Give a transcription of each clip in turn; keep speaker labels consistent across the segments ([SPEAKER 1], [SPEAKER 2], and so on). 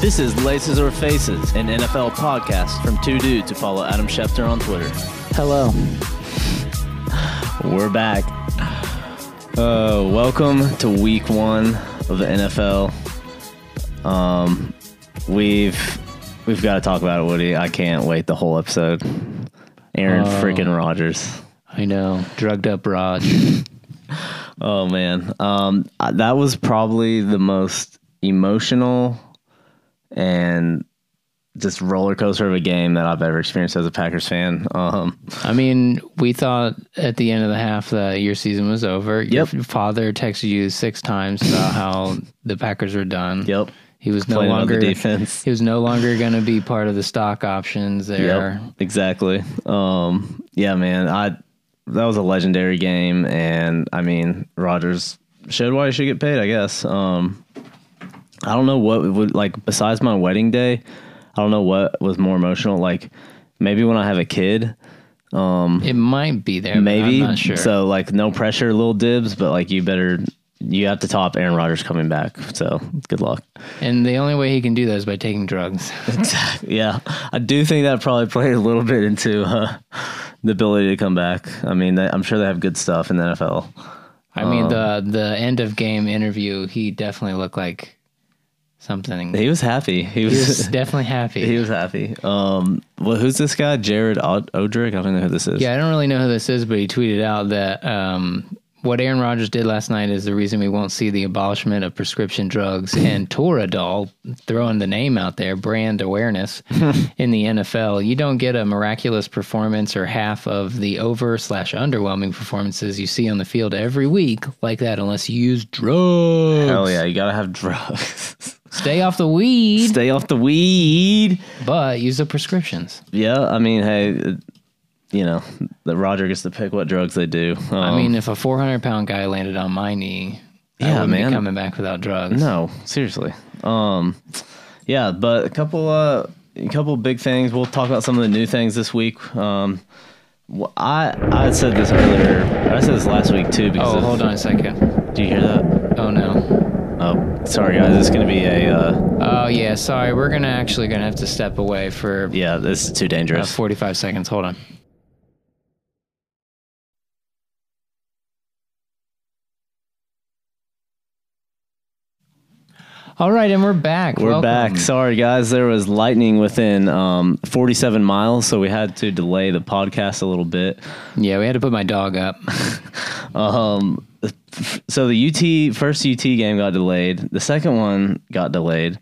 [SPEAKER 1] This is Laces or Faces, an NFL podcast from Two Dudes who follow Adam Schefter on Twitter.
[SPEAKER 2] Hello.
[SPEAKER 1] We're back. Uh, welcome to Week One of the NFL. Um, we've we've got to talk about it, Woody. I can't wait the whole episode. Aaron
[SPEAKER 2] Oh.
[SPEAKER 1] freaking Rodgers.
[SPEAKER 2] I know. Drugged up Rod.
[SPEAKER 1] Oh man, um, I- that was probably the most emotional and just roller coaster of a game that I've ever experienced as a Packers fan. Um,
[SPEAKER 2] I mean, we thought at the end of the half that your season was over.
[SPEAKER 1] Yep.
[SPEAKER 2] Your father texted you six times about how the Packers were done.
[SPEAKER 1] yep,
[SPEAKER 2] He was no
[SPEAKER 1] playing on the
[SPEAKER 2] longer
[SPEAKER 1] defense.
[SPEAKER 2] he was no longer going to be part of the stock options there.
[SPEAKER 1] Yep, exactly. Um, yeah, man, I that was a legendary game, and I mean, Rogers showed why he should get paid. I guess. Um, I don't know what would like besides my wedding day. I don't know what was more emotional. Like maybe when I have a kid,
[SPEAKER 2] It might be there. but
[SPEAKER 1] maybe.
[SPEAKER 2] I'm not sure.
[SPEAKER 1] So like no pressure, little dibs, but like you better you have to top Aaron Rodgers coming back. So good luck.
[SPEAKER 2] and the only way he can do that is by taking drugs.
[SPEAKER 1] Yeah, I do think that probably played a little bit into uh, the ability to come back. I mean, they, I'm sure they have good stuff in the NFL.
[SPEAKER 2] I
[SPEAKER 1] Oh.
[SPEAKER 2] mean, the the end of game interview, he definitely looked like something. He
[SPEAKER 1] He was happy. He was.
[SPEAKER 2] was definitely happy.
[SPEAKER 1] He was happy. Um, well, who's this guy? Jared Od- Odrick. I don't know who this is.
[SPEAKER 2] Yeah, I don't really know who this is, but he tweeted out that um, what Aaron Rodgers did last night is the reason we won't see the abolishment of prescription drugs and Toradol, throwing the name out there, brand awareness in the NFL. You don't get a miraculous performance or half of the over slash underwhelming performances you see on the field every week like that unless you use drugs.
[SPEAKER 1] Hell yeah, you gotta have drugs.
[SPEAKER 2] Stay off the weed,
[SPEAKER 1] Stay off the weed.
[SPEAKER 2] but use the prescriptions.
[SPEAKER 1] Yeah, I mean, hey, uh, you know, the Roger gets to pick what drugs they do. Um,
[SPEAKER 2] I mean, if a 400 pound guy landed on my knee, I
[SPEAKER 1] Yeah,
[SPEAKER 2] wouldn't
[SPEAKER 1] man.
[SPEAKER 2] be coming back without drugs.
[SPEAKER 1] No, seriously. Um, yeah, but a couple, uh, a couple big things. We'll talk about some of the new things this week. Um, wh- I I said this earlier. I said this last week too. Because
[SPEAKER 2] Oh,
[SPEAKER 1] of-
[SPEAKER 2] hold on a second.
[SPEAKER 1] Do you hear that?
[SPEAKER 2] Oh no.
[SPEAKER 1] Oh, sorry guys. It's gonna be a uh,
[SPEAKER 2] Oh yeah. Sorry, we're gonna actually gonna have to step away for
[SPEAKER 1] yeah. This is too
[SPEAKER 2] uh,
[SPEAKER 1] dangerous.
[SPEAKER 2] 45 seconds. Hold on. All right, and we're back.
[SPEAKER 1] We're
[SPEAKER 2] Welcome.
[SPEAKER 1] back. Sorry guys. There was lightning within um, 47 miles, so we had to delay the podcast a little bit.
[SPEAKER 2] Yeah, we had to put my dog up.
[SPEAKER 1] Um, so the UT first UT game got delayed. The second one got delayed.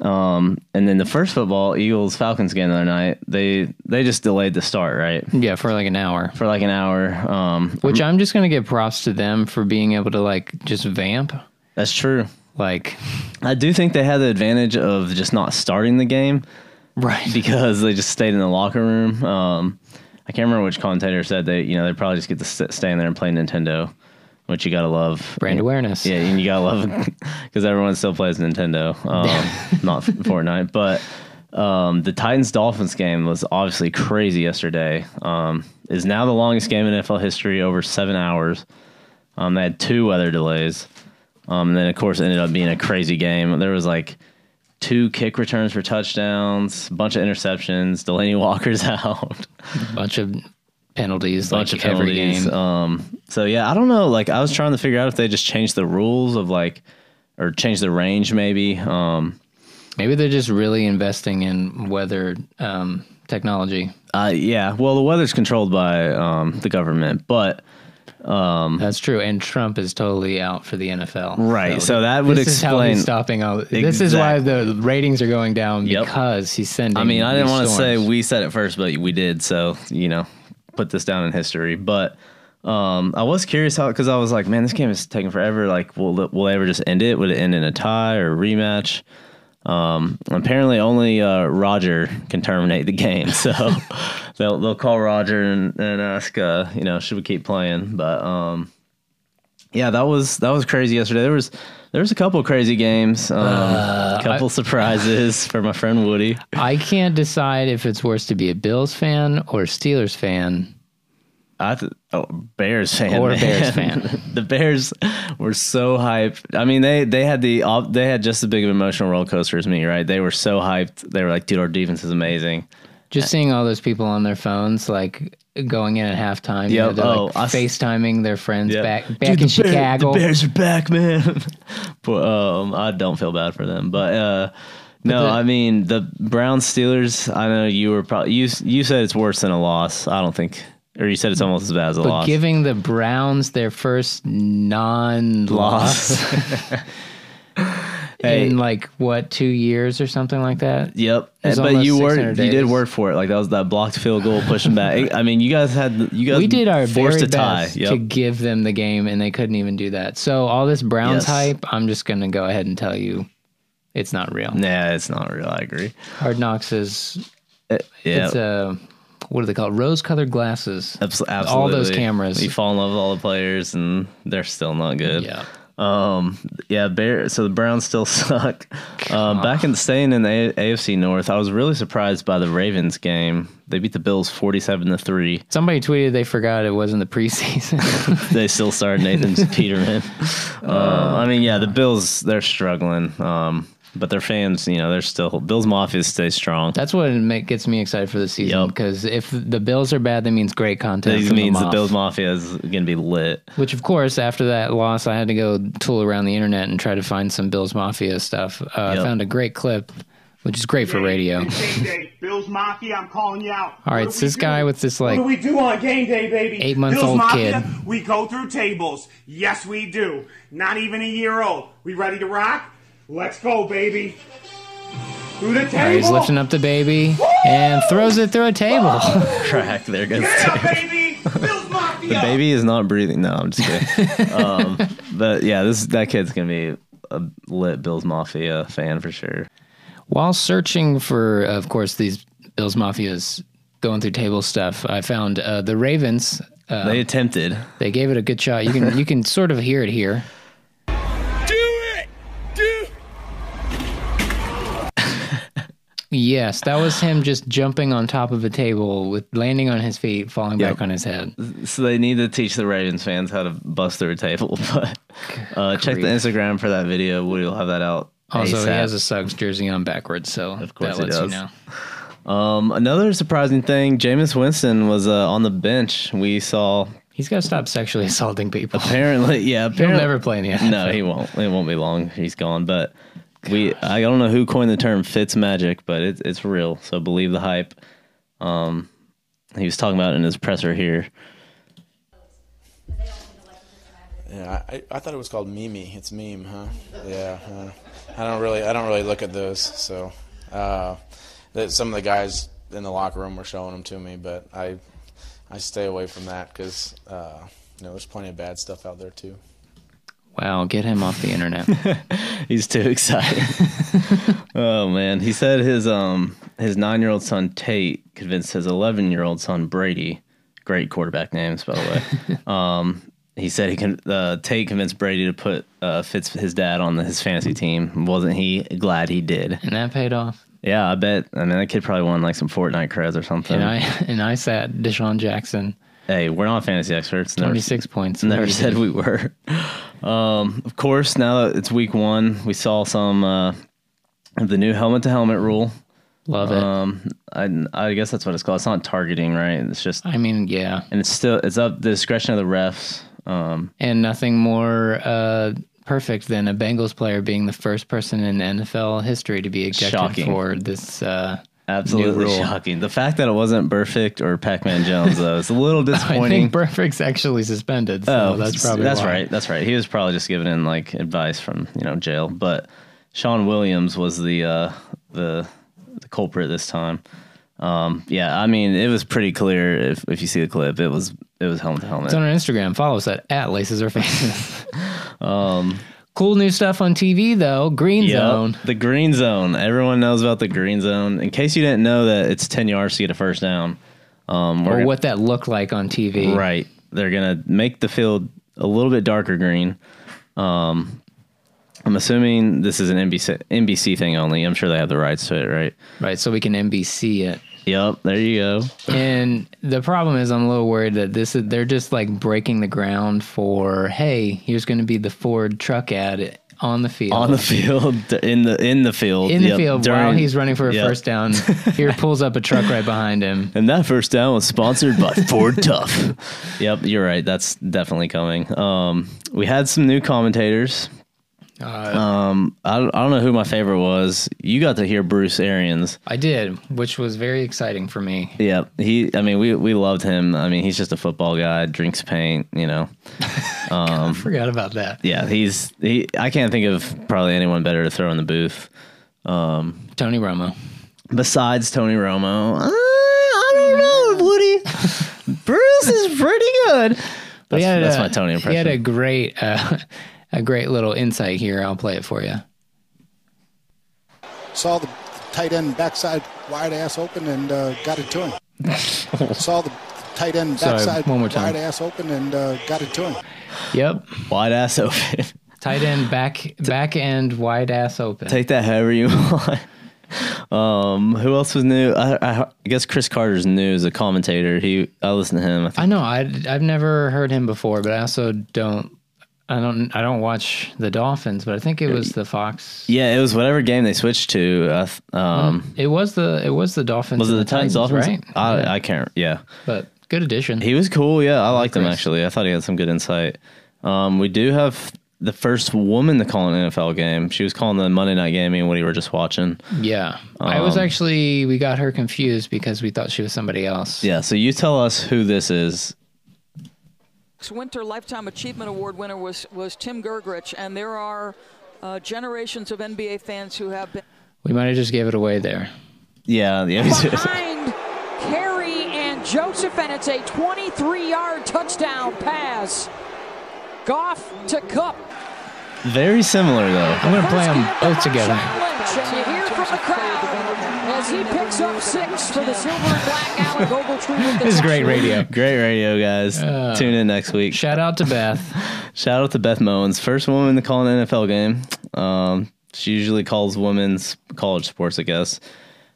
[SPEAKER 1] Um, and then the first football Eagles Falcons game the other night, they they just delayed the start right
[SPEAKER 2] Yeah, for like an hour.
[SPEAKER 1] for like an hour. Um,
[SPEAKER 2] Which I'm just gonna give props to them for being able to like just vamp.
[SPEAKER 1] that's true.
[SPEAKER 2] Like,
[SPEAKER 1] I do think they had the advantage of just not starting the game
[SPEAKER 2] right.
[SPEAKER 1] because they just stayed in the locker room. Um, I can't remember which commentator said they you know they probably just get to sit, stay in there and play Nintendo, which you gotta love.
[SPEAKER 2] Brand awareness.
[SPEAKER 1] Yeah, and you gotta love because everyone still plays Nintendo, um, not Fortnite. But um, the Titans Dolphins game was obviously crazy yesterday. Um, is now the longest game in NFL history, over seven hours. Um, they had two weather delays, um, and then of course it ended up being a crazy game. There was like two kick returns for touchdowns, a bunch of interceptions, Delaney Walker's out
[SPEAKER 2] bunch of penalties.
[SPEAKER 1] bunch
[SPEAKER 2] like
[SPEAKER 1] of
[SPEAKER 2] every
[SPEAKER 1] penalties.
[SPEAKER 2] game.
[SPEAKER 1] Um, so yeah, I don't know. Like I was trying to figure out if they just changed the rules of like, or change the range maybe. Um,
[SPEAKER 2] Maybe they're just really investing in weather um, technology.
[SPEAKER 1] uh, yeah. Well, the weather's controlled by um, the government, but Mm-hmm.
[SPEAKER 2] That's true. And Trump is totally out for the NFL.
[SPEAKER 1] Right, so that would
[SPEAKER 2] this Is how
[SPEAKER 1] explain-
[SPEAKER 2] he's stopping all. This is why
[SPEAKER 1] Exact-
[SPEAKER 2] the ratings are going down
[SPEAKER 1] Yep.
[SPEAKER 2] because he's sending.
[SPEAKER 1] I mean, I didn't want to say
[SPEAKER 2] We,
[SPEAKER 1] we said it first, but we did. So you know, put this down in history. But um, I was curious how because I was like, man, this game is taking forever. Like, will will they ever just end it? Would it end in a tie or a rematch? Um, apparently, only uh, Roger can terminate the game, so they'll they'll call Roger and, and ask, uh, you know, should we keep playing? But um, yeah, that was that was crazy yesterday. There was there was a couple crazy games, um, couple surprises for my friend Woody.
[SPEAKER 2] I can't decide if it's worse to be a Bills fan or Steelers fan.
[SPEAKER 1] I th- oh, Bears fan
[SPEAKER 2] Or a Bears
[SPEAKER 1] man.
[SPEAKER 2] fan.
[SPEAKER 1] the Bears were so hyped. I mean they they had the op- they had just as big of an emotional roller coaster as me, right? They were so hyped. They were like, dude, our defense is amazing. Eh.
[SPEAKER 2] Just seeing all those people on their phones, like going in at halftime.
[SPEAKER 1] Yeah,
[SPEAKER 2] Yeah. You know, they're
[SPEAKER 1] oh,
[SPEAKER 2] like
[SPEAKER 1] I s-
[SPEAKER 2] FaceTiming their friends
[SPEAKER 1] Yeah.
[SPEAKER 2] back back
[SPEAKER 1] Dude,
[SPEAKER 2] in
[SPEAKER 1] the Bear-
[SPEAKER 2] Chicago.
[SPEAKER 1] the Bears are back, man. but um, I don't feel bad for them. But uh, no,
[SPEAKER 2] the-
[SPEAKER 1] I mean the Brown Steelers. I know you were probably you. You said it's worse than a loss. I don't think, or you said it's almost as bad as a
[SPEAKER 2] but
[SPEAKER 1] loss.
[SPEAKER 2] giving the Browns their first non-loss
[SPEAKER 1] loss.
[SPEAKER 2] in like what two years or something like that.
[SPEAKER 1] Yep,
[SPEAKER 2] was
[SPEAKER 1] but
[SPEAKER 2] almost
[SPEAKER 1] you were
[SPEAKER 2] 600
[SPEAKER 1] you did
[SPEAKER 2] days.
[SPEAKER 1] work for it. Like that was that blocked field goal pushing back. I mean, you guys had you guys
[SPEAKER 2] we did our
[SPEAKER 1] forced
[SPEAKER 2] very
[SPEAKER 1] a tie.
[SPEAKER 2] best to
[SPEAKER 1] Yep.
[SPEAKER 2] give them the game, and they couldn't even do that. So all this Browns
[SPEAKER 1] Yes.
[SPEAKER 2] hype, I'm just gonna go ahead and tell you, it's not real.
[SPEAKER 1] Nah, it's not real. I agree.
[SPEAKER 2] Hard Knocks is
[SPEAKER 1] Yeah,
[SPEAKER 2] it's a what do they call it? rose-colored glasses?
[SPEAKER 1] abs- absolutely.
[SPEAKER 2] all those cameras.
[SPEAKER 1] You fall in love with all the players, and they're still not good.
[SPEAKER 2] Yeah,
[SPEAKER 1] Um, yeah, Bear. So the Browns still suck. Um, back in staying in the A- AFC North, I was really surprised by the Ravens game. They beat the Bills forty-seven to three.
[SPEAKER 2] somebody tweeted they forgot it wasn't the preseason.
[SPEAKER 1] They still started Nathan Peterman.
[SPEAKER 2] Uh,
[SPEAKER 1] Um, I mean, yeah, the Bills they're struggling, um, but their fans, you know, they're still Bills Mafia stays strong.
[SPEAKER 2] That's what make, gets me excited for the season
[SPEAKER 1] Yep.
[SPEAKER 2] because if the Bills are bad, that means great content.
[SPEAKER 1] That
[SPEAKER 2] from
[SPEAKER 1] means the
[SPEAKER 2] Moth.
[SPEAKER 1] Bills Mafia is going to be lit.
[SPEAKER 2] Which, of course, after that loss, I had to go tool around the internet and try to find some Bills Mafia stuff. Uh, I
[SPEAKER 1] Yep.
[SPEAKER 2] found a great clip, which is great for radio.
[SPEAKER 3] It's game day. Bills Mafia, I'm calling you out.
[SPEAKER 2] All right,
[SPEAKER 3] What do
[SPEAKER 2] it's
[SPEAKER 3] we
[SPEAKER 2] this
[SPEAKER 3] do?
[SPEAKER 2] guy with this like
[SPEAKER 3] What do we do on game day, baby?
[SPEAKER 2] Eight-month-old
[SPEAKER 3] Bills Mafia,
[SPEAKER 2] kid.
[SPEAKER 3] We go through tables. Yes, we do. Not even a year old. We ready to rock? Let's go, baby. Through the table.
[SPEAKER 2] Uh, he's lifting up the baby and throws it through a table.
[SPEAKER 1] Crack. There goes.
[SPEAKER 3] Yeah, baby. Bills Mafia.
[SPEAKER 1] The baby is not breathing. No, I'm just kidding. um, but yeah, this that kid's gonna be a lit Bills Mafia fan for sure.
[SPEAKER 2] While searching for, of course, these Bills Mafia's going through table stuff, I found uh, the Ravens. Uh,
[SPEAKER 1] They attempted.
[SPEAKER 2] they gave it a good shot. You can you can sort of hear it here.
[SPEAKER 4] Do it! Do
[SPEAKER 2] Yes, that was him just jumping on top of a table with landing on his feet, falling
[SPEAKER 1] Yeah.
[SPEAKER 2] back on his head.
[SPEAKER 1] So they need to teach the Ravens fans how to bust through a table. But uh, check the
[SPEAKER 2] Grief.
[SPEAKER 1] Instagram for that video. We'll have that out.
[SPEAKER 2] Also, he
[SPEAKER 1] ASAP.
[SPEAKER 2] has a Suggs jersey on backwards, so of
[SPEAKER 1] course
[SPEAKER 2] that
[SPEAKER 1] he does.
[SPEAKER 2] lets you know.
[SPEAKER 1] um, another surprising thing. Jameis Winston was uh, on the bench. We saw
[SPEAKER 2] He's got to stop sexually assaulting people.
[SPEAKER 1] apparently. Yeah,
[SPEAKER 2] He'll
[SPEAKER 1] apparently.
[SPEAKER 2] never play in the NFL.
[SPEAKER 1] Oh, no, he won't. It won't be long. He's gone. But we, I don't know who coined the term "Fitz magic," but it, it's real. So believe the hype. Um, he was talking about it in his presser here.
[SPEAKER 5] Yeah, I, I thought it was called Mimi. It's meme, huh? Yeah. Uh, I don't really I don't really look at those. So uh, that some of the guys in the locker room were showing them to me, but I I stay away from that because uh, you know there's plenty of bad stuff out there too.
[SPEAKER 2] Wow, get him off the internet.
[SPEAKER 1] He's too excited. oh man, he said his um his nine year old son Tate convinced his eleven year old son Brady. Great quarterback names, by the way. um, he said he can uh, Tate convinced Brady to put uh, Fitz his dad on his fantasy team. Wasn't he glad he did?
[SPEAKER 2] and that paid off.
[SPEAKER 1] Yeah, I bet. I mean, that kid probably won like some Fortnite creds or something.
[SPEAKER 2] And I and I sat Deshaun Jackson,
[SPEAKER 1] hey, we're not fantasy experts. Never,
[SPEAKER 2] twenty six points.
[SPEAKER 1] never said we were. Um, of course, now that it's week one, we saw some uh, of the new helmet to helmet rule.
[SPEAKER 2] love it.
[SPEAKER 1] Um, I, I guess that's what it's called. It's not targeting, right? It's just,
[SPEAKER 2] I mean, yeah,
[SPEAKER 1] and it's still, it's up the discretion of the refs. Um,
[SPEAKER 2] and nothing more uh, perfect than a Bengals player being the first person in NFL history to be ejected
[SPEAKER 1] Shocking.
[SPEAKER 2] for this. Uh,
[SPEAKER 1] absolutely
[SPEAKER 2] rule.
[SPEAKER 1] shocking. The fact that it wasn't Burfict or Pac Man Jones, though, it's a little
[SPEAKER 2] I
[SPEAKER 1] disappointing.
[SPEAKER 2] think Perfect's actually suspended. So that's probably
[SPEAKER 1] Oh, that's
[SPEAKER 2] why.
[SPEAKER 1] right. That's right. He was probably just giving in like advice from you know jail. But Sean Williams was the uh, the the culprit this time. Um, yeah, I mean it was pretty clear if if you see the clip, it was it was helmet to helmet.
[SPEAKER 2] It's on our Instagram. Follow us at, at Laces Or Faces.
[SPEAKER 1] Um,
[SPEAKER 2] cool new stuff on TV though. Green
[SPEAKER 1] Yep,
[SPEAKER 2] Zone.
[SPEAKER 1] the green zone. Everyone knows about the green zone. In case you didn't know that it's ten yards to get a first down. Um, we're
[SPEAKER 2] Or
[SPEAKER 1] gonna-
[SPEAKER 2] what that looked like on TV.
[SPEAKER 1] Right. They're gonna make the field a little bit darker green. Um, I'm assuming this is an NBC NBC thing only. I'm sure they have the rights to it, right?
[SPEAKER 2] Right. So we can NBC it.
[SPEAKER 1] Yep, there you go.
[SPEAKER 2] And the problem is, I'm a little worried that this is they're just like breaking the ground for hey, here's going to be the Ford truck ad on the field.
[SPEAKER 1] On the field, in the in the field,
[SPEAKER 2] in the
[SPEAKER 1] yep,
[SPEAKER 2] field while
[SPEAKER 1] during-
[SPEAKER 2] he's running for a
[SPEAKER 1] yep.
[SPEAKER 2] first down, here pulls up a truck right behind him.
[SPEAKER 1] And that first down was sponsored by Ford Tough. Yep, you're right. That's definitely coming. Um, we had some new commentators. um, I, don't- I don't know who my favorite was. You got to hear Bruce Arians.
[SPEAKER 2] I did, which was very exciting for me.
[SPEAKER 1] Yeah, he. I mean, we we loved him. I mean, he's just a football guy. Drinks paint. You know.
[SPEAKER 2] I forgot about that.
[SPEAKER 1] Yeah, he's he. I can't think of probably anyone better to throw in the booth
[SPEAKER 2] Tony Romo.
[SPEAKER 1] besides Tony Romo. Uh, I don't know, Woody. Bruce is pretty good. That's,
[SPEAKER 2] He had
[SPEAKER 1] that's
[SPEAKER 2] a-
[SPEAKER 1] my Tony impression.
[SPEAKER 2] He had a great, uh, a great little insight here. I'll play it for you.
[SPEAKER 6] saw the tight end backside wide ass open and uh, got it to him. saw the tight end
[SPEAKER 2] Sorry,
[SPEAKER 6] backside
[SPEAKER 2] one more time.
[SPEAKER 6] wide ass open and uh, got it to him.
[SPEAKER 2] Yep,
[SPEAKER 1] wide ass open.
[SPEAKER 2] tight end back, back end, wide ass open.
[SPEAKER 1] Take that however you want. Um, who else was new? I, I, I guess Chris Carter's new as a commentator. He, I listened to him. I think
[SPEAKER 2] I know. I I've never heard him before, but I also don't. I don't. I don't watch the Dolphins, but I think it was the Fox.
[SPEAKER 1] Yeah, it was whatever game they switched to. I th- um,
[SPEAKER 2] It was the. It was the Dolphins.
[SPEAKER 1] was it
[SPEAKER 2] and
[SPEAKER 1] the Titans Dolphins?
[SPEAKER 2] Right.
[SPEAKER 1] I, I can't. Yeah,
[SPEAKER 2] but good addition.
[SPEAKER 1] he was cool. Yeah, I liked him
[SPEAKER 2] Chris.
[SPEAKER 1] actually. I thought he had some good insight. Um, we do have the first woman to call an NFL game. She was calling the Monday night game. Me and Woody were just watching.
[SPEAKER 2] yeah. I was
[SPEAKER 1] Um,
[SPEAKER 2] actually. We got her confused because we thought she was somebody else.
[SPEAKER 1] Yeah. So you tell us who this is.
[SPEAKER 7] Winter Lifetime Achievement Award winner was, was Tim Gergrich, and there are uh, generations of NBA fans who have been
[SPEAKER 2] We might have just gave it away there.
[SPEAKER 1] Yeah. Yeah.
[SPEAKER 7] behind Carey and Joseph, and it's a 23-yard touchdown pass. Goff to Cup.
[SPEAKER 1] Very similar though.
[SPEAKER 2] I'm gonna play them both together.
[SPEAKER 7] And you hear from the crowd as he picks up six for the silver and black Alec Ogletree. with the
[SPEAKER 2] This is great
[SPEAKER 7] touchdown.
[SPEAKER 2] radio.
[SPEAKER 1] Great radio, guys. Tune in next week.
[SPEAKER 2] Shout out to Beth.
[SPEAKER 1] Shout out to Beth Mowens, first woman to call an NFL game. Um, she usually calls women's college sports, I guess.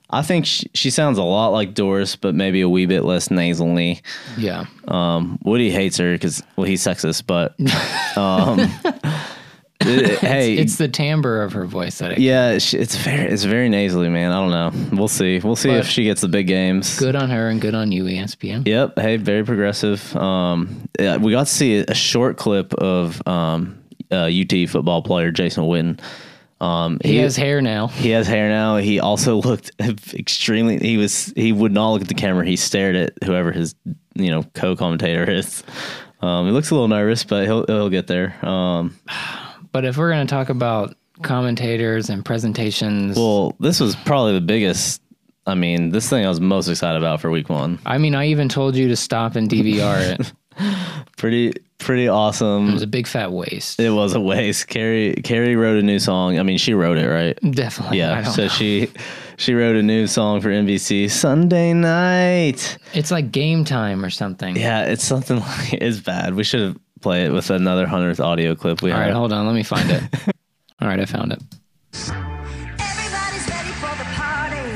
[SPEAKER 1] I think she, she sounds a lot like Doris, but maybe a wee bit less nasally.
[SPEAKER 2] Yeah.
[SPEAKER 1] Um, Woody hates her because, well, he's sexist, but um, it- hey,
[SPEAKER 2] It's the timbre of her voice that I
[SPEAKER 1] yeah, she, it's very it's very nasally, man. I don't know. We'll see. We'll see
[SPEAKER 2] But-
[SPEAKER 1] if she gets the big games.
[SPEAKER 2] Good on her and good on you, E ESPN.
[SPEAKER 1] Yep. Hey, very progressive. Um, yeah, we got to see a short clip of um, uh, UT football player Jason Witten. Um,
[SPEAKER 2] He has hair now.
[SPEAKER 1] he has hair now. He also looked extremely. He was he would not look at the camera. He stared at whoever his you know co-commentator is. Um, he looks a little nervous, but he'll he'll get there. Um,
[SPEAKER 2] But if we're going to talk about commentators and presentations,
[SPEAKER 1] well, this was probably the biggest. I mean, this thing I was most excited about for week one.
[SPEAKER 2] I mean, I even told you to stop and DVR it. It
[SPEAKER 1] Pretty pretty awesome.
[SPEAKER 2] was a big fat waste.
[SPEAKER 1] It was a waste. Carrie Carrie wrote a new song. I mean, she wrote it, right?
[SPEAKER 2] Definitely. I
[SPEAKER 1] Yeah.
[SPEAKER 2] don't
[SPEAKER 1] So
[SPEAKER 2] know.
[SPEAKER 1] she she wrote a new song for NBC Sunday night.
[SPEAKER 2] it's like game time or something.
[SPEAKER 1] Yeah, it's something like it's bad. We should have played it with another hundredth audio clip we
[SPEAKER 2] All right,
[SPEAKER 1] had.
[SPEAKER 2] hold on. Let me find it. All right, I found it.
[SPEAKER 8] Everybody's ready for the party.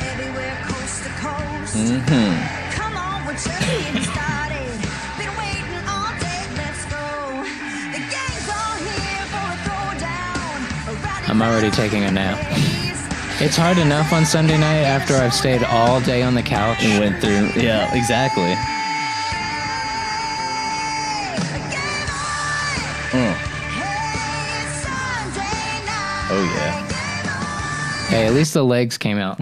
[SPEAKER 8] Everywhere, coast to coast.
[SPEAKER 1] Mm-hmm.
[SPEAKER 8] Come on, we're just getting started. Been waiting all day, let's go. The gang's all here for a throwdown. A rowdy
[SPEAKER 2] I'm already
[SPEAKER 8] night
[SPEAKER 2] taking a nap.
[SPEAKER 8] is
[SPEAKER 2] It's hard enough on Sunday night after I've stayed all day on the couch.
[SPEAKER 1] We went through. Yeah, exactly.
[SPEAKER 8] a game on.
[SPEAKER 1] Mm.
[SPEAKER 8] Hey, it's Sunday night.
[SPEAKER 1] Oh yeah,
[SPEAKER 2] Hey, at least the legs came out.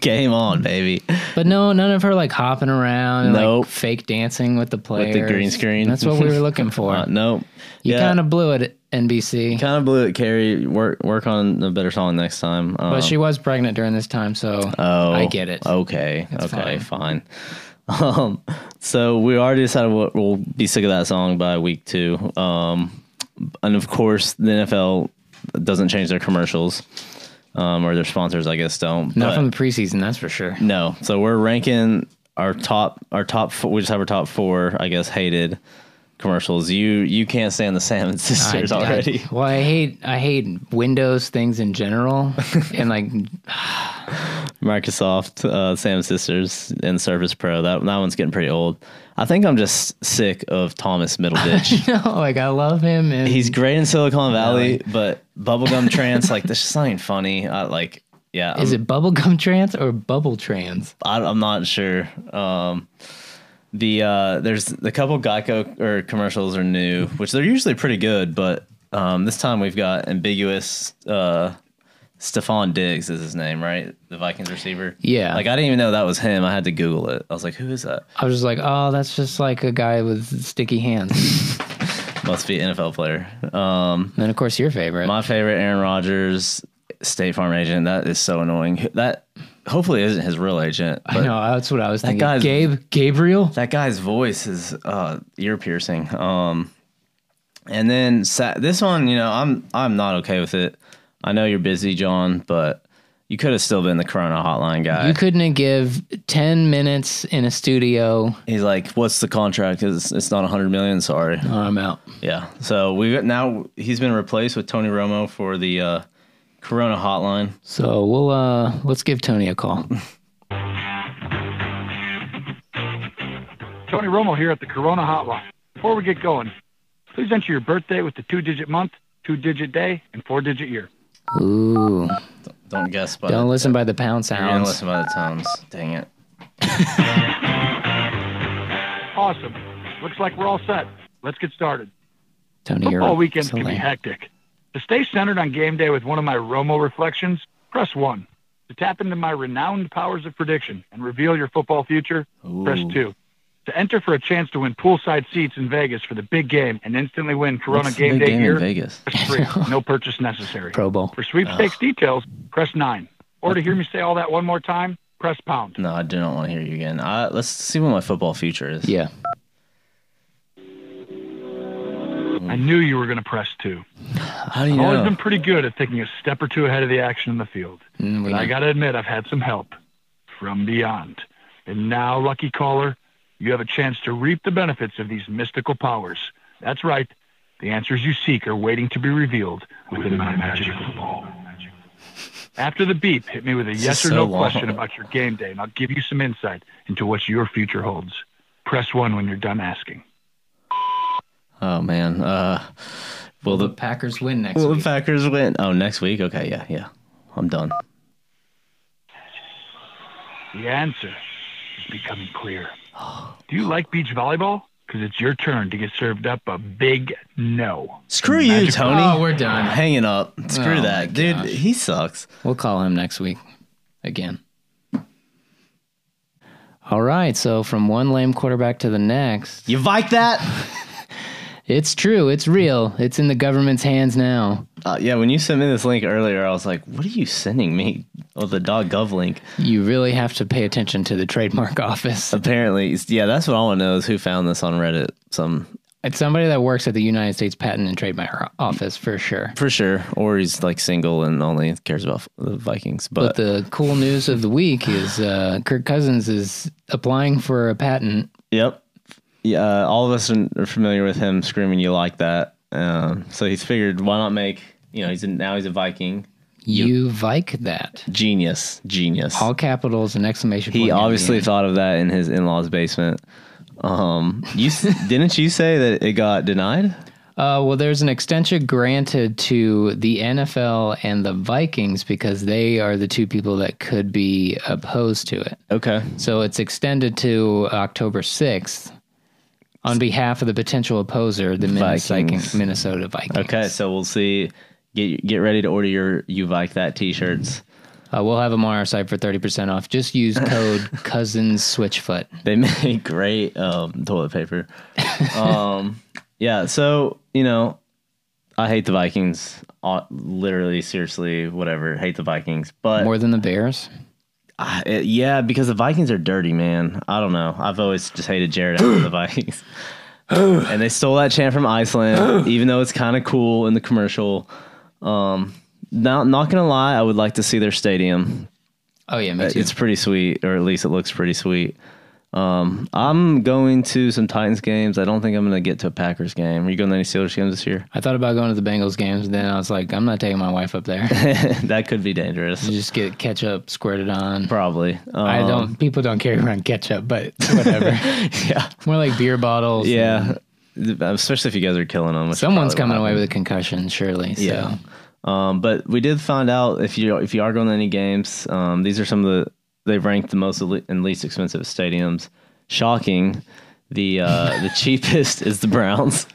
[SPEAKER 1] game on, baby.
[SPEAKER 2] But no, none of her like hopping around and
[SPEAKER 1] Nope.
[SPEAKER 2] like fake dancing with the players.
[SPEAKER 1] green screen.
[SPEAKER 2] That's what we were looking for.
[SPEAKER 1] Uh, nope.
[SPEAKER 2] You
[SPEAKER 1] yeah,
[SPEAKER 2] kind of blew it, NBC.
[SPEAKER 1] kind of blew it, Carrie. Work work on a better song next time. Um,
[SPEAKER 2] But she was pregnant during this time, so
[SPEAKER 1] Oh,
[SPEAKER 2] I get it.
[SPEAKER 1] Okay, okay, fine. Um, so we already decided what we'll be sick of that song by week two. Um, and of course, the NFL doesn't change their commercials, um, or their sponsors, I guess, don't.
[SPEAKER 2] Not
[SPEAKER 1] but-
[SPEAKER 2] from the preseason, that's for sure.
[SPEAKER 1] no. So we're ranking our top, our top. Four, we just have our top four, I guess, hated commercials. You you can't stand the Salmon
[SPEAKER 2] I-
[SPEAKER 1] Sisters
[SPEAKER 2] I-
[SPEAKER 1] already.
[SPEAKER 2] well, I hate I hate Windows things in general, and like
[SPEAKER 1] Microsoft, uh, Sam Sisters, and Surface Pro. That that one's getting pretty old. I think I'm just sick of Thomas Middleditch.
[SPEAKER 2] no, like I love him, and
[SPEAKER 1] He's great in Silicon Valley, but bubblegum trance, like this just ain't funny. I like, yeah, I'm,
[SPEAKER 2] is it bubblegum trance or bubble trans?
[SPEAKER 1] I, I'm not sure. Um, the uh, there's the couple Geico or commercials are new, which they're usually pretty good, but um, this time we've got ambiguous. Uh, Stefan Diggs is his name, right? The Vikings receiver.
[SPEAKER 2] Yeah.
[SPEAKER 1] Like I didn't even know that was him. I had to Google it. I was like, who is that?
[SPEAKER 2] I was just like, oh, that's just like a guy with sticky hands.
[SPEAKER 1] Must be an NFL player. Um,
[SPEAKER 2] and then of course your favorite.
[SPEAKER 1] my favorite Aaron Rodgers, State Farm agent. That is so annoying. That hopefully isn't his real agent.
[SPEAKER 2] I
[SPEAKER 1] but-
[SPEAKER 2] know that's what I was thinking.
[SPEAKER 1] guy's-
[SPEAKER 2] Gabe, Gabriel.
[SPEAKER 1] that guy's voice is uh, ear piercing. Um, and then sa- this one, you know, I'm I'm not okay with it. I know you're busy, John, but you could have still been the Corona hotline guy.
[SPEAKER 2] You couldn't give ten minutes in a studio.
[SPEAKER 1] He's like, "What's the contract? It's, it's not 100 million. Sorry."
[SPEAKER 2] Oh, I'm out.
[SPEAKER 1] Yeah. So we have now he's been replaced with Tony Romo for the uh, Corona hotline.
[SPEAKER 2] So we'll uh let's give Tony a call.
[SPEAKER 9] Tony Romo here at the Corona Hotline. Before we get going, please enter your birthday with the two digit month, two digit day, and four digit year.
[SPEAKER 2] Ooh,
[SPEAKER 1] Don't guess, but
[SPEAKER 2] don't listen by the pound
[SPEAKER 1] You're gonna
[SPEAKER 2] sounds.
[SPEAKER 1] listen by the tones. Dang it.
[SPEAKER 9] Awesome. Looks like we're all set. Let's get started.
[SPEAKER 2] Tony, you're
[SPEAKER 9] Football weekends
[SPEAKER 2] so
[SPEAKER 9] Oh, can be
[SPEAKER 2] lame.
[SPEAKER 9] hectic. To stay centered on game day with one of my Romo reflections, press one. To tap into my renowned powers of prediction and reveal your football future, press two. To enter for a chance to win poolside seats in Vegas for the big game and instantly win Corona
[SPEAKER 1] What's the
[SPEAKER 9] game
[SPEAKER 1] big
[SPEAKER 9] day
[SPEAKER 1] game
[SPEAKER 9] year,
[SPEAKER 1] in Vegas?
[SPEAKER 9] press three. No purchase necessary.
[SPEAKER 2] Pro Bowl.
[SPEAKER 9] For sweepstakes details, press nine. Or to hear me say all that one more time, press pound.
[SPEAKER 1] No, I do not want to hear you again. I, let's see what my football future is.
[SPEAKER 2] Yeah.
[SPEAKER 9] I knew you were going to press two.
[SPEAKER 1] How do you
[SPEAKER 9] I've always
[SPEAKER 1] know?
[SPEAKER 9] been pretty good at thinking a step or two ahead of the action in the field.
[SPEAKER 2] Mm, we
[SPEAKER 9] But I
[SPEAKER 2] know.
[SPEAKER 9] got to admit, I've had some help from beyond. And now, lucky caller, you have a chance to reap the benefits of these mystical powers. That's right. The answers you seek are waiting to be revealed within my magical ball. After the beep, hit me with a yes
[SPEAKER 1] is
[SPEAKER 9] or
[SPEAKER 1] so
[SPEAKER 9] no
[SPEAKER 1] long.
[SPEAKER 9] question about your game day, and I'll give you some insight into what your future holds. Press one when you're done asking.
[SPEAKER 1] Oh man. Uh, will the
[SPEAKER 2] Packers win next
[SPEAKER 1] will the
[SPEAKER 2] week.
[SPEAKER 1] Packers win? Oh, next week. Okay, yeah, yeah. I'm done.
[SPEAKER 9] The answer is becoming clear. Do you like beach volleyball? Because it's your turn to get served up a big no.
[SPEAKER 1] Screw you, Tony.
[SPEAKER 2] Oh, we're
[SPEAKER 1] I'm
[SPEAKER 2] done.
[SPEAKER 1] hanging up. Screw
[SPEAKER 2] Oh, my
[SPEAKER 1] that, dude.
[SPEAKER 2] gosh.
[SPEAKER 1] He sucks.
[SPEAKER 2] We'll call him next week again. All right, so from one lame quarterback to the next.
[SPEAKER 1] You like that?
[SPEAKER 2] It's true, it's real. It's in the government's hands now.
[SPEAKER 1] Uh, yeah. When you sent me this link earlier, I was like, "What are you sending me?" Oh, the dot gov link.
[SPEAKER 2] You really have to pay attention to the trademark office.
[SPEAKER 1] Apparently, it's- yeah. That's what I want to know is who found this on Reddit. Some
[SPEAKER 2] It's somebody that works at the United States Patent and Trademark Office for sure.
[SPEAKER 1] for sure, or he's like single and only cares about the Vikings. But,
[SPEAKER 2] But the cool news of the week is uh, Kirk Cousins is applying for a patent.
[SPEAKER 1] Yep. Yeah, uh, all of us are familiar with him screaming "You like that?" Um, so he's figured, why not make you know he's in, now he's a Viking
[SPEAKER 2] You vike that.
[SPEAKER 1] genius, genius.
[SPEAKER 2] All capitals and exclamation point.
[SPEAKER 1] he
[SPEAKER 2] at the
[SPEAKER 1] obviously
[SPEAKER 2] end.
[SPEAKER 1] thought of that in his in-laws' basement. Um, you s- didn't you say that it got denied?
[SPEAKER 2] Uh, well, there's an extension granted to the NFL and the Vikings because they are the two people that could be opposed to it.
[SPEAKER 1] Okay,
[SPEAKER 2] So it's extended to October 6th on behalf of the potential opposer, the
[SPEAKER 1] Vikings.
[SPEAKER 2] Minnesota, Minnesota Vikings.
[SPEAKER 1] okay. So we'll see. Get get ready to order your "You like that" t-shirts.
[SPEAKER 2] Uh, we'll have them on our site for 30% off. Just use code Cousins Switchfoot.
[SPEAKER 1] They make great um, toilet paper. Um, yeah, so you know, I hate the Vikings. uh, Literally, seriously, whatever. Hate the Vikings, but
[SPEAKER 2] More than the Bears?
[SPEAKER 1] I- it- yeah, because the Vikings are dirty, man. I don't know. I've always just hated Jared Allen and the Vikings, and they stole that chant from Iceland, even though it's kind of cool in the commercial. Um, not not gonna lie, I would like to see their stadium.
[SPEAKER 2] Oh, yeah, me too.
[SPEAKER 1] Uh, It's pretty sweet, or at least it looks pretty sweet. Um, I'm going to some Titans games. I don't think I'm going to get to a Packers game. Are you going to any Steelers games this year?
[SPEAKER 2] I thought about going to the Bengals games, and then I was like, I'm not taking my wife up there.
[SPEAKER 1] that could be dangerous.
[SPEAKER 2] You just get ketchup squirted on.
[SPEAKER 1] Probably. Um,
[SPEAKER 2] I don't. People don't carry around ketchup, but whatever.
[SPEAKER 1] Yeah.
[SPEAKER 2] More like beer bottles. and
[SPEAKER 1] Yeah. Especially if you guys are killing them. which
[SPEAKER 2] Someone's
[SPEAKER 1] probably
[SPEAKER 2] coming
[SPEAKER 1] will
[SPEAKER 2] away
[SPEAKER 1] happen.
[SPEAKER 2] with a concussion, surely. So.
[SPEAKER 1] Yeah. Um, but we did find out if you if you are going to any games, um, these are some of the they've ranked the most elite and least expensive stadiums. Shocking, the uh, the cheapest is the Browns.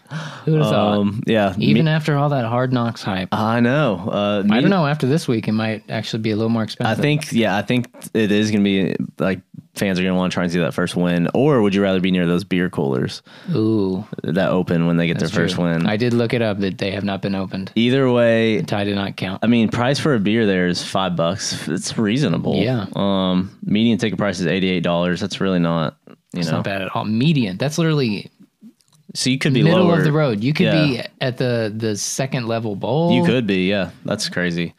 [SPEAKER 2] Who would have thought?
[SPEAKER 1] Um, yeah,
[SPEAKER 2] Uh, Even
[SPEAKER 1] me-
[SPEAKER 2] after all that hard knocks hype,
[SPEAKER 1] I know. Uh,
[SPEAKER 2] I
[SPEAKER 1] me-
[SPEAKER 2] don't know. After this week, it might actually be a little more
[SPEAKER 1] I
[SPEAKER 2] expensive.
[SPEAKER 1] think yeah, I think it is gonna be like fans are gonna want to try and see that first win, or would you rather be near those beer coolers
[SPEAKER 2] Ooh,
[SPEAKER 1] that open when they get
[SPEAKER 2] that's
[SPEAKER 1] their first
[SPEAKER 2] true.
[SPEAKER 1] win?
[SPEAKER 2] I did look it up that they have not been opened.
[SPEAKER 1] Either way,
[SPEAKER 2] Tie did not count.
[SPEAKER 1] I mean, price for a beer there is five bucks. It's reasonable.
[SPEAKER 2] Yeah.
[SPEAKER 1] Um, median ticket price is eighty eight dollars. That's really not you
[SPEAKER 2] It's
[SPEAKER 1] know.
[SPEAKER 2] not bad at all. Median. That's literally
[SPEAKER 1] So you could be
[SPEAKER 2] middle
[SPEAKER 1] lower.
[SPEAKER 2] of the road. You could
[SPEAKER 1] Yeah.
[SPEAKER 2] be at the the second level bowl.
[SPEAKER 1] You could be. Yeah, that's crazy.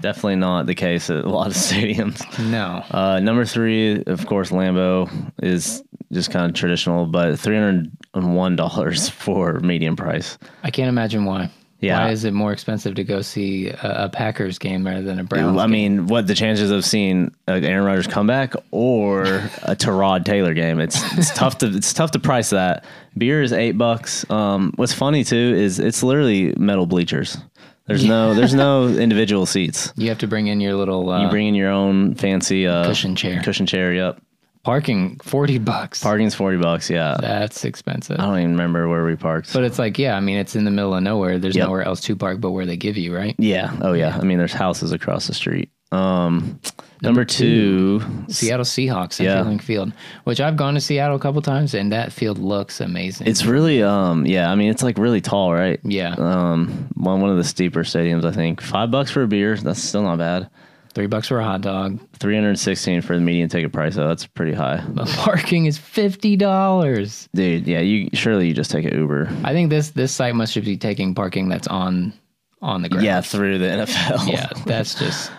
[SPEAKER 1] Definitely not the case at a lot of stadiums.
[SPEAKER 2] No.
[SPEAKER 1] Uh, number three, of course, Lambo is just kind of traditional, but three hundred and one dollars for median price.
[SPEAKER 2] I can't imagine why.
[SPEAKER 1] Yeah.
[SPEAKER 2] Why is it more expensive to go see a, a Packers game rather than a Browns?
[SPEAKER 1] I
[SPEAKER 2] game?
[SPEAKER 1] mean, what the chances of seeing an Aaron Rodgers comeback or a Terod Taylor game? It's it's tough to it's tough to price that. Beer is eight bucks. Um, what's funny too is it's literally metal bleachers. There's no there's no individual seats.
[SPEAKER 2] you have to bring in your little uh,
[SPEAKER 1] You bring in your own fancy uh,
[SPEAKER 2] Cushion chair.
[SPEAKER 1] Cushion chair. Yep.
[SPEAKER 2] parking forty bucks.
[SPEAKER 1] Parking's forty bucks. Yeah.
[SPEAKER 2] That's expensive.
[SPEAKER 1] I don't even remember where we parked.
[SPEAKER 2] But it's like, yeah, I mean, it's in the middle of nowhere. There's
[SPEAKER 1] Yep.
[SPEAKER 2] nowhere else to park but where they give you, right?
[SPEAKER 1] yeah. Oh yeah. I mean, there's houses across the street. Um, number two.
[SPEAKER 2] Seattle Seahawks,
[SPEAKER 1] Yeah.
[SPEAKER 2] yeah. Link Field, which I've gone to Seattle a couple times, and that field looks amazing.
[SPEAKER 1] It's really um yeah. I mean, it's like really tall, right?
[SPEAKER 2] yeah,
[SPEAKER 1] um one one of the steeper stadiums i think five bucks for a beer that's still not bad
[SPEAKER 2] three bucks for a hot dog.
[SPEAKER 1] 316 for the median ticket price though that's pretty high
[SPEAKER 2] But parking is fifty dollars.
[SPEAKER 1] dude yeah you surely you just take an uber
[SPEAKER 2] I think this this site must be taking parking that's on on the ground.
[SPEAKER 1] yeah Um, through the nfl
[SPEAKER 2] yeah, that's just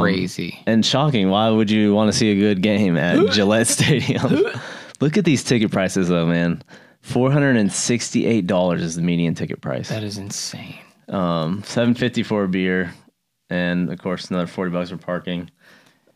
[SPEAKER 2] crazy.
[SPEAKER 1] and shocking why would you want to see a good game at gillette stadium look at these ticket prices though man $468 is the median ticket price
[SPEAKER 2] That is insane.
[SPEAKER 1] 750 for a beer and of course another 40 bucks for parking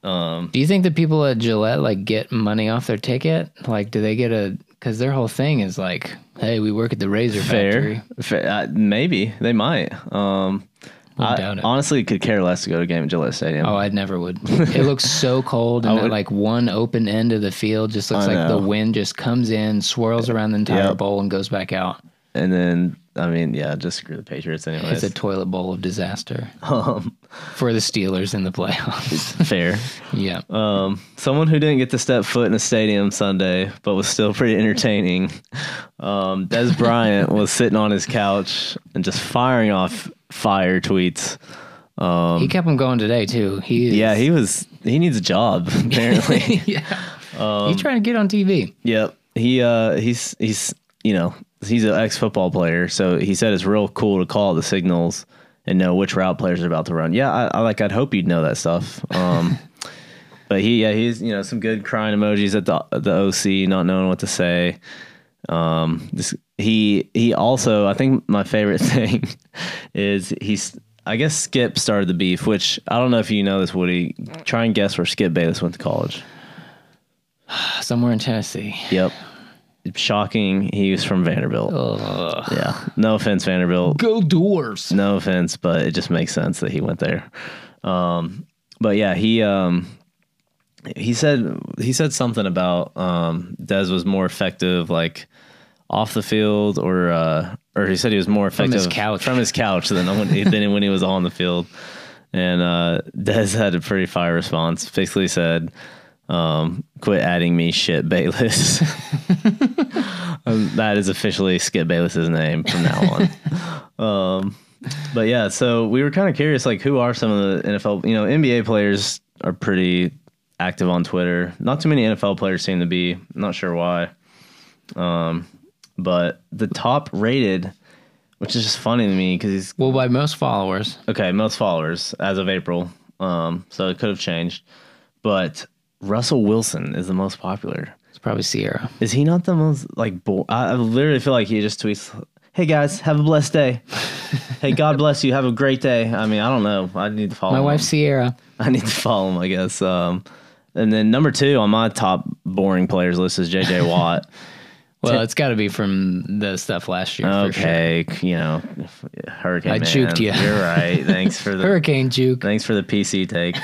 [SPEAKER 2] Do you think the people at Gillette like get money off their ticket? Like, do they get a? Because their whole thing is like, hey, we work at the Razor Factory.
[SPEAKER 1] fair, fair uh, maybe they might um
[SPEAKER 2] I
[SPEAKER 1] I
[SPEAKER 2] doubt it.
[SPEAKER 1] honestly could care less to go to a game at Gillette Stadium.
[SPEAKER 2] Oh, I never would. It looks so cold, and
[SPEAKER 1] would-
[SPEAKER 2] that, like one open end of the field just looks
[SPEAKER 1] I
[SPEAKER 2] like the
[SPEAKER 1] know.
[SPEAKER 2] wind just comes in, swirls around the entire
[SPEAKER 1] Yep.
[SPEAKER 2] bowl, and goes back out.
[SPEAKER 1] and then, I mean, yeah, just screw the Patriots anyways. Um,
[SPEAKER 2] It's a toilet bowl of disaster for the Steelers in the playoffs.
[SPEAKER 1] Fair.
[SPEAKER 2] yeah,
[SPEAKER 1] Um, Someone who didn't get to step foot in a stadium Sunday, but was still pretty entertaining. Um, Des Bryant was sitting on his couch and just firing off fire tweets.
[SPEAKER 2] he kept them going today too. He is,
[SPEAKER 1] Yeah, he was. He needs a job apparently.
[SPEAKER 2] yeah.
[SPEAKER 1] um,
[SPEAKER 2] he's trying to get on TV.
[SPEAKER 1] Yep. He uh he's he's you know, he's an ex football player, so he said it's real cool to call the signals and know which route players are about to run. Yeah, I, I like I'd hope you'd know that stuff. Um but he yeah, he's you know, some good crying emojis at the the OC not knowing what to say. Um this he he also I think my favorite thing is he's I guess Skip started the beef, which I don't know if you know this, Woody. Try and guess where Skip Bayless went to college.
[SPEAKER 2] Somewhere in Tennessee.
[SPEAKER 1] Yep. Shocking. He was from Vanderbilt. Yeah. No offense, Vanderbilt.
[SPEAKER 2] Go doors.
[SPEAKER 1] No offense, but it just makes sense that he went there. Um, but yeah, he um, he said he said something about um, Dez was more effective, like off the field, or uh, or he said he was more effective
[SPEAKER 2] his couch.
[SPEAKER 1] from his couch than when than when he was on the field. And uh, Dez had a pretty fire response. Basically said, um, "Quit adding me shit, Bayless." Um, that is officially Skip Bayless's name from now on. But yeah, so we were kind of curious, like, who are some of the NFL? You know, NBA players are pretty active on Twitter. Not too many NFL players seem to be. I'm not sure why. Um, but the top rated, which is just funny to me because he's
[SPEAKER 2] Well, by most followers,
[SPEAKER 1] okay, most followers as of April. Um, so it could have changed, but Russell Wilson is the most popular.
[SPEAKER 2] It's probably Sierra.
[SPEAKER 1] Is he not the most like? Bo- I, I literally feel like he just tweets, "Hey guys, have a blessed day. hey, God bless you. Have a great day." I mean, I don't know. I need to follow.
[SPEAKER 2] My
[SPEAKER 1] him.
[SPEAKER 2] wife Sierra.
[SPEAKER 1] I need to follow him. I guess. Um, and then number two on my top boring players list is JJ Watt.
[SPEAKER 2] Well, it's got to be from the stuff last year. For sure.
[SPEAKER 1] okay, you know, Hurricane.
[SPEAKER 2] I
[SPEAKER 1] Man,
[SPEAKER 2] juked ya.
[SPEAKER 1] You're right. Thanks for the
[SPEAKER 2] Hurricane Juke.
[SPEAKER 1] Thanks for the PC take.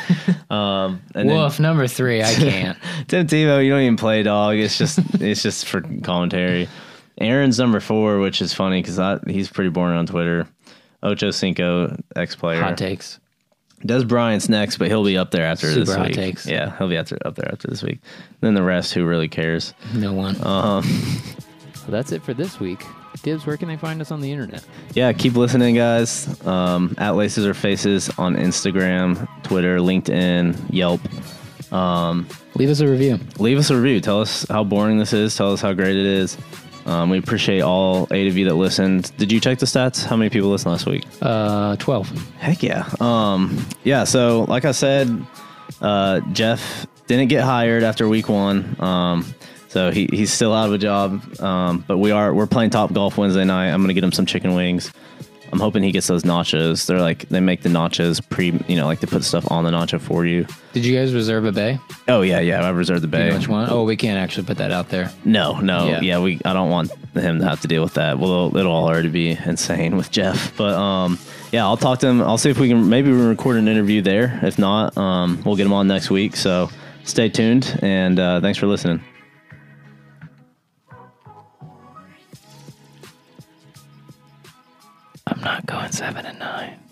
[SPEAKER 1] Um, and
[SPEAKER 2] Woof, number three. I can't.
[SPEAKER 1] then Tim Tebow, you don't even play dog. It's just it's just for commentary. Aaron's number four, which is funny because he's pretty boring on Twitter. Ocho Cinco, ex player.
[SPEAKER 2] Hot takes.
[SPEAKER 1] Des Bryant's next, but he'll be up there after this
[SPEAKER 2] Super hot
[SPEAKER 1] week.
[SPEAKER 2] takes.
[SPEAKER 1] Yeah, he'll be after, up there after this week. Then the rest, who really cares?
[SPEAKER 2] No one. Um. that's it for this week. Dibs, where can they find us on the internet?
[SPEAKER 1] yeah, keep listening, guys. Um, at Laces or Faces on Instagram, Twitter, LinkedIn, Yelp.
[SPEAKER 2] Leave us a review.
[SPEAKER 1] Leave us a review. Tell us how boring this is. Tell us how great it is. Um, we appreciate all eight of you that listened. Did you check the stats? How many people listened last week?
[SPEAKER 2] Uh, twelve.
[SPEAKER 1] Heck yeah. Um, yeah. So, like I said, uh, Jeff didn't get hired after week one. Um, so he, he's still out of a job. Um, but we are we're playing Top Golf Wednesday night. I'm gonna get him some chicken wings. I'm hoping he gets those nachos. They're like they make the nachos pre you know like they put stuff on the nacho for you.
[SPEAKER 2] Did you guys reserve a bay?
[SPEAKER 1] Oh yeah, yeah. I reserved the
[SPEAKER 2] Do you
[SPEAKER 1] bay.
[SPEAKER 2] know Which one? Oh, we can't actually put that out there.
[SPEAKER 1] No, no,
[SPEAKER 2] Yeah.
[SPEAKER 1] yeah. We I don't want him to have to deal with that. Well, it'll, it'll already be insane with Jeff. But um, yeah, I'll talk to him. I'll see if we can maybe we can record an interview there. If not, um, we'll get him on next week. So stay tuned and uh, thanks for listening.
[SPEAKER 2] I'm not going seven and nine.